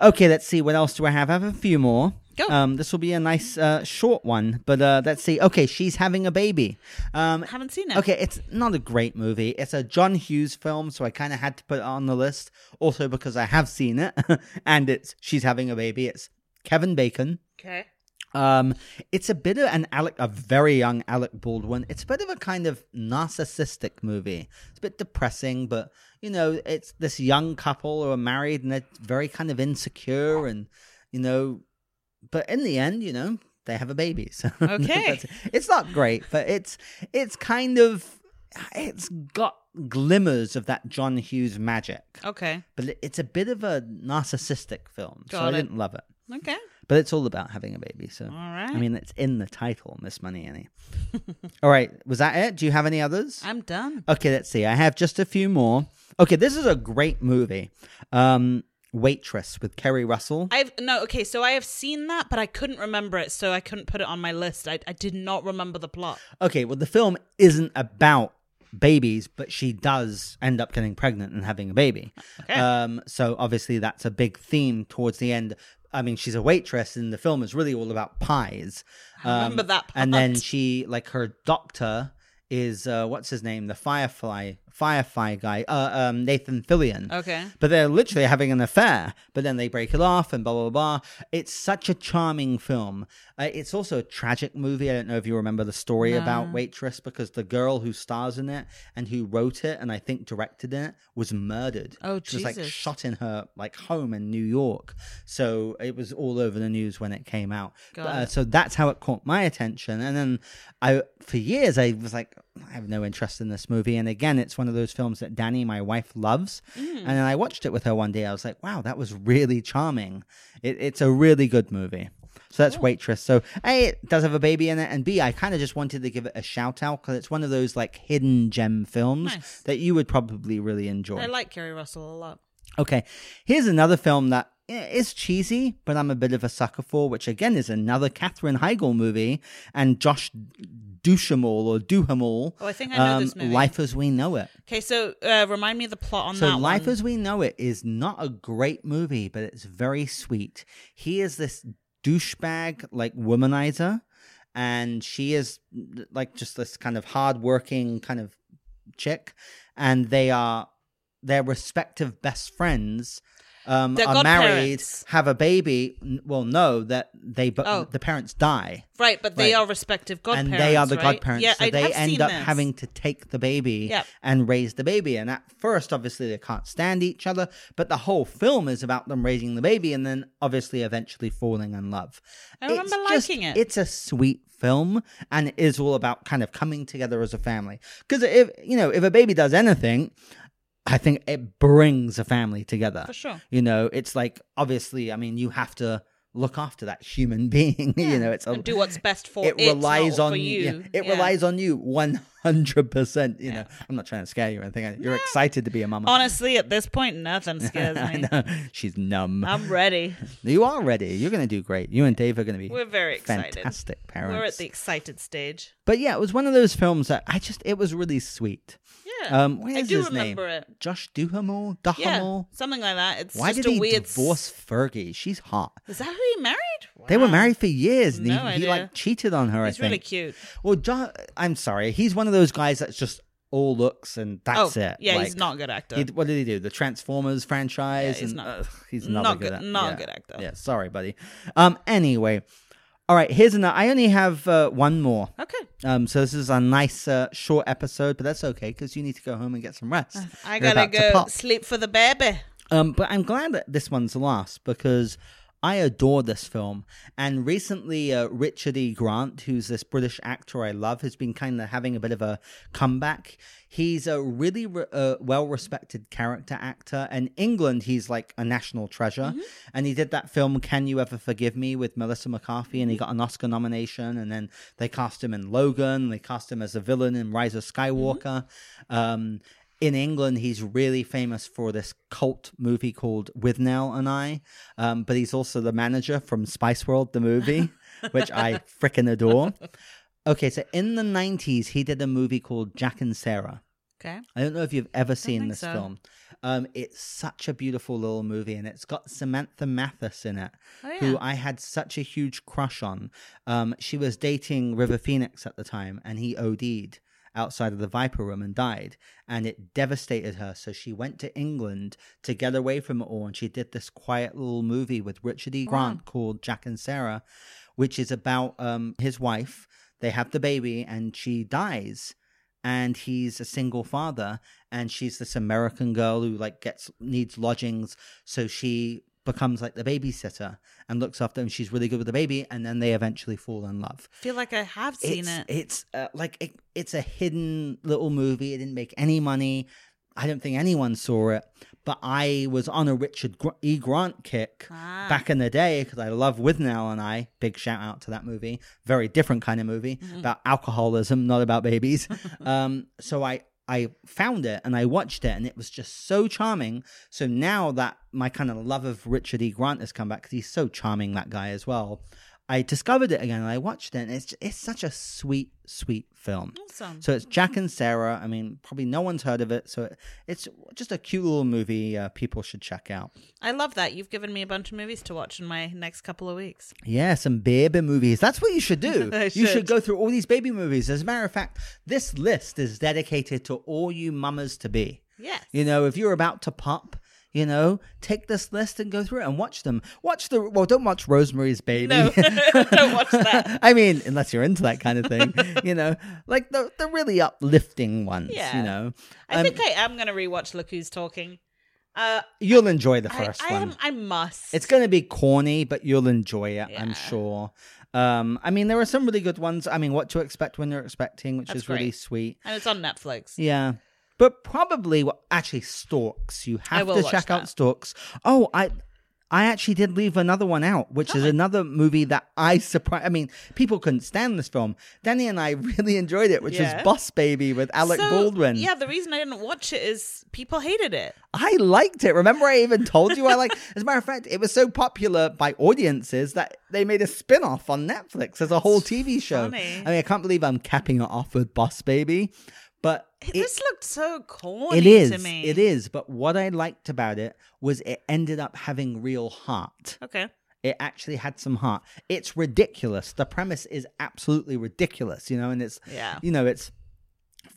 S2: Okay, let's see. What else do I have? I have a few more.
S3: Go.
S2: Um, this will be a nice uh, short one, but uh, let's see. Okay, she's having a baby. Um,
S3: Haven't seen it.
S2: Okay, it's not a great movie. It's a John Hughes film, so I kind of had to put it on the list. Also because I have seen it, and it's she's having a baby. It's Kevin Bacon.
S3: Okay.
S2: Um, it's a bit of an Alec, a very young Alec Baldwin. It's a bit of a kind of narcissistic movie. It's a bit depressing, but you know, it's this young couple who are married and they're very kind of insecure, and you know, but in the end, you know, they have a baby. So
S3: Okay.
S2: that's it. it's not great, but it's it's kind of it's got glimmers of that John Hughes magic,
S3: Okay.
S2: but it's a bit of a narcissistic film, so
S3: Got
S2: I
S3: it.
S2: didn't love it.
S3: Okay.
S2: But it's all about having a baby, so.
S3: All right.
S2: I mean, it's in the title, Miss Money Annie. All right, was that it? Do you have any others?
S3: I'm done.
S2: Okay, let's see. I have just a few more. Okay, this is a great movie. Um, Waitress with Kerry Russell.
S3: I've no okay, so I have seen that, but I couldn't remember it, so I couldn't put it on my list. I, I did not remember the plot.
S2: Okay, well, the film isn't about babies, but she does end up getting pregnant and having a baby.
S3: Okay.
S2: Um, so obviously, that's a big theme towards the end. I mean, she's a waitress, and the film is really all about pies. Um,
S3: I remember that
S2: And then
S3: part.
S2: she, like, her doctor is uh, what's his name, the Firefly Firefly guy, uh, um, Nathan Fillion.
S3: Okay.
S2: But they're literally having an affair, but then they break it off and blah, blah, blah. It's such a charming film. Uh, it's also a tragic movie. I don't know if you remember the story about Waitress because the girl who stars in it and who wrote it and I think directed it was murdered.
S3: Oh,
S2: She was like
S3: Jesus.
S2: shot in her like home in New York. So it was all over the news when it came out.
S3: Got
S2: Uh,
S3: it.
S2: so that's how it caught my attention. And then I, for years, I was like, I have no interest in this movie. And again, it's one of those films that Danny, my wife, loves.
S3: Mm.
S2: And then I watched it with her one day. I was like, wow, that was really charming. It, it's a really good movie. So
S3: Oh.
S2: that's Waitress. So A, it does have a baby in it, and B, I kind of just wanted to give it a shout out because it's one of those like hidden gem films
S3: Nice.
S2: that you would probably really enjoy.
S3: I like Carrie Russell a lot.
S2: Okay, here's another film that eh, is cheesy, but I'm a bit of a sucker for, which again is another Catherine Heigl movie and Josh Duhamel or Duhamel. um,
S3: Oh, I think I know this movie.
S2: Life as We Know It.
S3: Okay, so uh, remind me of the plot on
S2: So,
S3: that
S2: Life
S3: one.
S2: as We Know It is not a great movie, but it's very sweet. He is this douchebag, like womanizer, and she is like just this kind of hardworking kind of chick, and they are their respective best friends. Um,
S3: They're
S2: are married,
S3: godparents.
S2: have a baby. N- Well, no, that they but
S3: Oh.
S2: the parents die,
S3: Right, but they
S2: Right.
S3: are respective godparents.
S2: and they are the
S3: right?
S2: godparents.
S3: Yeah,
S2: so
S3: I
S2: they
S3: have
S2: end
S3: seen
S2: up
S3: this.
S2: having to take the baby
S3: Yep.
S2: and raise the baby. And at first, obviously, they can't stand each other, but the whole film is about them raising the baby and then obviously eventually falling in love.
S3: I remember liking it.
S2: It's a sweet film and it is all about kind of coming together as a family. Because if, you know, if a baby does anything, I think it brings a family together.
S3: For sure.
S2: You know, it's like obviously, I mean, you have to look after that human being. you know, it's a,
S3: and do what's best for
S2: it
S3: it,
S2: relies
S3: not
S2: on
S3: for
S2: you.
S3: you.
S2: yeah, it
S3: Yeah.
S2: relies on you one hundred percent. You
S3: Yeah.
S2: know, I'm not trying to scare you or anything. You're excited to be a mama.
S3: Honestly, at this point, nothing scares
S2: I
S3: me.
S2: know. She's numb.
S3: I'm ready.
S2: you are ready. You're going to do great. You and Dave are going to be
S3: We're very excited.
S2: fantastic parents.
S3: We're at the excited stage.
S2: But yeah, it was one of those films that I just it was really sweet.
S3: Yeah,
S2: Um, what
S3: I
S2: is
S3: do
S2: his name?
S3: remember it.
S2: Josh Duhamel.
S3: Yeah,
S2: Duhamel.
S3: something like that. It's
S2: Why
S3: just
S2: did
S3: a
S2: he
S3: weird s-
S2: divorce Fergie? She's hot.
S3: Is that who he married?
S2: They were
S3: Wow.
S2: married for years, and
S3: No
S2: he, he
S3: idea.
S2: like cheated on her.
S3: He's
S2: I think.
S3: really cute.
S2: Well, John, I'm sorry. He's one of those guys that's just all looks and that's
S3: oh,
S2: it.
S3: yeah,
S2: Like,
S3: he's not a good actor.
S2: he- what did he do? The Transformers franchise.
S3: Yeah, he's
S2: and,
S3: not-
S2: ugh, he's not,
S3: not,
S2: a
S3: good.
S2: good. actor.
S3: Not
S2: yeah.
S3: a good actor.
S2: Yeah, sorry, buddy. Um. Anyway, all right. Here's another. I only have uh, one more.
S3: Okay,
S2: Um. So this is a nice uh, short episode, but that's okay because you need to go home and get some rest.
S3: I
S2: You're
S3: gotta
S2: about to
S3: go
S2: pop.
S3: sleep for the baby.
S2: Um, but I'm glad that this one's last because I adore this film. And recently, uh, Richard E. Grant, who's this British actor I love, has been kind of having a bit of a comeback. He's a really re- uh, well respected character actor. In England, he's like a national treasure. And he did that film, Can You Ever Forgive Me, with Melissa McCarthy, and he got an Oscar nomination. And then they cast him in Logan, they cast him as a villain in Rise of Skywalker. Um, in England, he's really famous for this cult movie called With Nell and I. Um, but he's also the manager from Spice World, the movie, which I frickin' adore. Okay, so in the 90s, he did a movie called Jack and Sarah.
S3: Okay,
S2: I don't know if you've ever seen
S3: think
S2: this
S3: so.
S2: film. Um, it's such a beautiful little movie, and it's got Samantha Mathis in it,
S3: Oh, yeah.
S2: who I had such a huge crush on. Um, she was dating River Phoenix at the time, and he OD'd outside of the Viper Room and died, and it devastated her. So she went to England to get away from it all, and she did this quiet little movie with Richard E. Grant called Jack and Sarah, which is about um, his wife. They have the baby, and she dies and he's a single father and she's this american girl who like gets needs lodgings so she becomes like the babysitter and looks after him she's really good with the baby and then they eventually fall in love
S3: feel like I have seen
S2: it's,
S3: it.
S2: it's uh, like it, it's a hidden little movie it didn't make any money i don't think anyone saw it but i was on a richard Gr- e grant kick
S3: Ah.
S2: back in the day because I love With Now and I. Big shout out to that movie. Very different kind of movie
S3: Mm-hmm.
S2: about alcoholism, not about babies. um, so I I found it and I watched it and it was just so charming. So now that my kind of love of Richard E. Grant has come back because he's so charming that guy as well. I discovered it again and I watched it and it's it's such a sweet sweet film.
S3: awesome.
S2: So it's Jack and Sarah. I mean, probably no one's heard of it, so it, it's just a cute little movie. Uh, people should check out.
S3: I love that. You've given me a bunch of movies to watch in my next couple of weeks.
S2: Yeah, some baby movies. That's what you should do.
S3: I
S2: You should
S3: should.
S2: go through all these baby movies. As a matter of fact, this list is dedicated to all you mamas to be.
S3: Yes.
S2: You know, if you're about to pop, you know, take this list and go through it and watch them. Watch the well, don't watch Rosemary's Baby.
S3: No, don't watch that.
S2: I mean, unless you're into that kind of thing, you know, like the the really uplifting ones. You
S3: Yeah.
S2: know,
S3: I
S2: Um,
S3: think I am going to rewatch Look Who's Talking. Uh,
S2: you'll enjoy the
S3: I,
S2: first
S3: I,
S2: one.
S3: am, I must.
S2: It's going to be corny, but you'll enjoy it, I'm
S3: Yeah.
S2: sure. Um, I mean, there are some really good ones. I mean, What to Expect When You're Expecting, which
S3: That's
S2: is really
S3: great.
S2: sweet.
S3: and it's on Netflix.
S2: Yeah. But probably, well, actually, Storks. You have
S3: will
S2: to
S3: watch
S2: check out
S3: that.
S2: Storks. Oh, I. I actually did leave another one out, which
S3: Oh.
S2: is another movie that I surprised. I mean, people couldn't stand this film. Danny and I really enjoyed it, which
S3: Yeah.
S2: is Boss Baby with Alec
S3: So,
S2: Baldwin.
S3: Yeah, the reason I didn't watch it is people hated it.
S2: I liked it. Remember, I even told you I like. As a matter of fact, it was so popular by audiences that they made a spin off on Netflix as a whole TV show.
S3: funny.
S2: I mean, I can't believe I'm capping it off with Boss Baby, but
S3: It,
S2: it-
S3: this looked so corny
S2: it is.
S3: to me.
S2: It is. But what I liked about it was it ended up having real heart.
S3: Okay.
S2: It actually had some heart. It's ridiculous. The premise is absolutely ridiculous, you know, and it's
S3: Yeah.
S2: you know, it's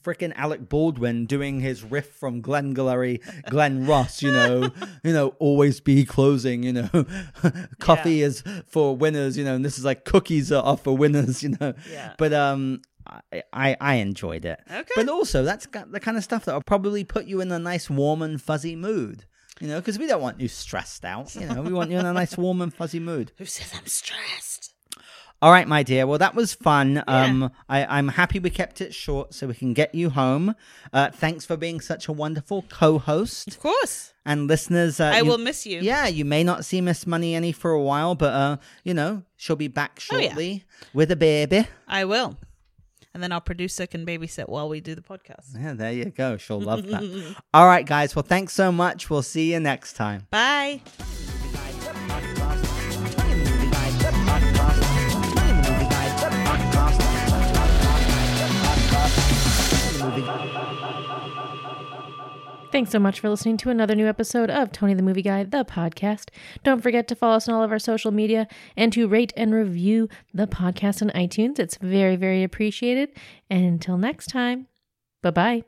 S2: freaking Alec Baldwin doing his riff from Glengarry, Glenn Ross, you know, you know, always be closing, you know, coffee is for winners, you know, and this is like cookies are off for winners, you know.
S3: Yeah.
S2: But um I, I I enjoyed it.
S3: Okay.
S2: But also that's got the kind of stuff that will probably put you in a nice warm and fuzzy mood. You know, because we don't want you stressed out. You know, we want you in a nice warm and fuzzy mood.
S3: Who says I'm stressed?
S2: All right, my dear. Well, that was fun. Um, I, I'm happy we kept it short so we can get you home. Uh, thanks for being such a wonderful co-host
S3: Of course.
S2: and listeners. Uh,
S3: I
S2: you-
S3: will miss you.
S2: Yeah, you may not see Miss Money Any for a while, but uh, you know she'll be back
S3: Oh, yeah.
S2: shortly with a baby.
S3: I will. And then our producer can babysit while we do the podcast.
S2: Yeah, there you go. She'll love that. All right, guys. Well, thanks so much. We'll see you next time.
S3: Bye.
S1: Thanks so much for listening to another new episode of Tony the Movie Guy, the podcast. Don't forget to follow us on all of our social media and to rate and review the podcast on iTunes. It's very, very appreciated. And until next time, bye bye.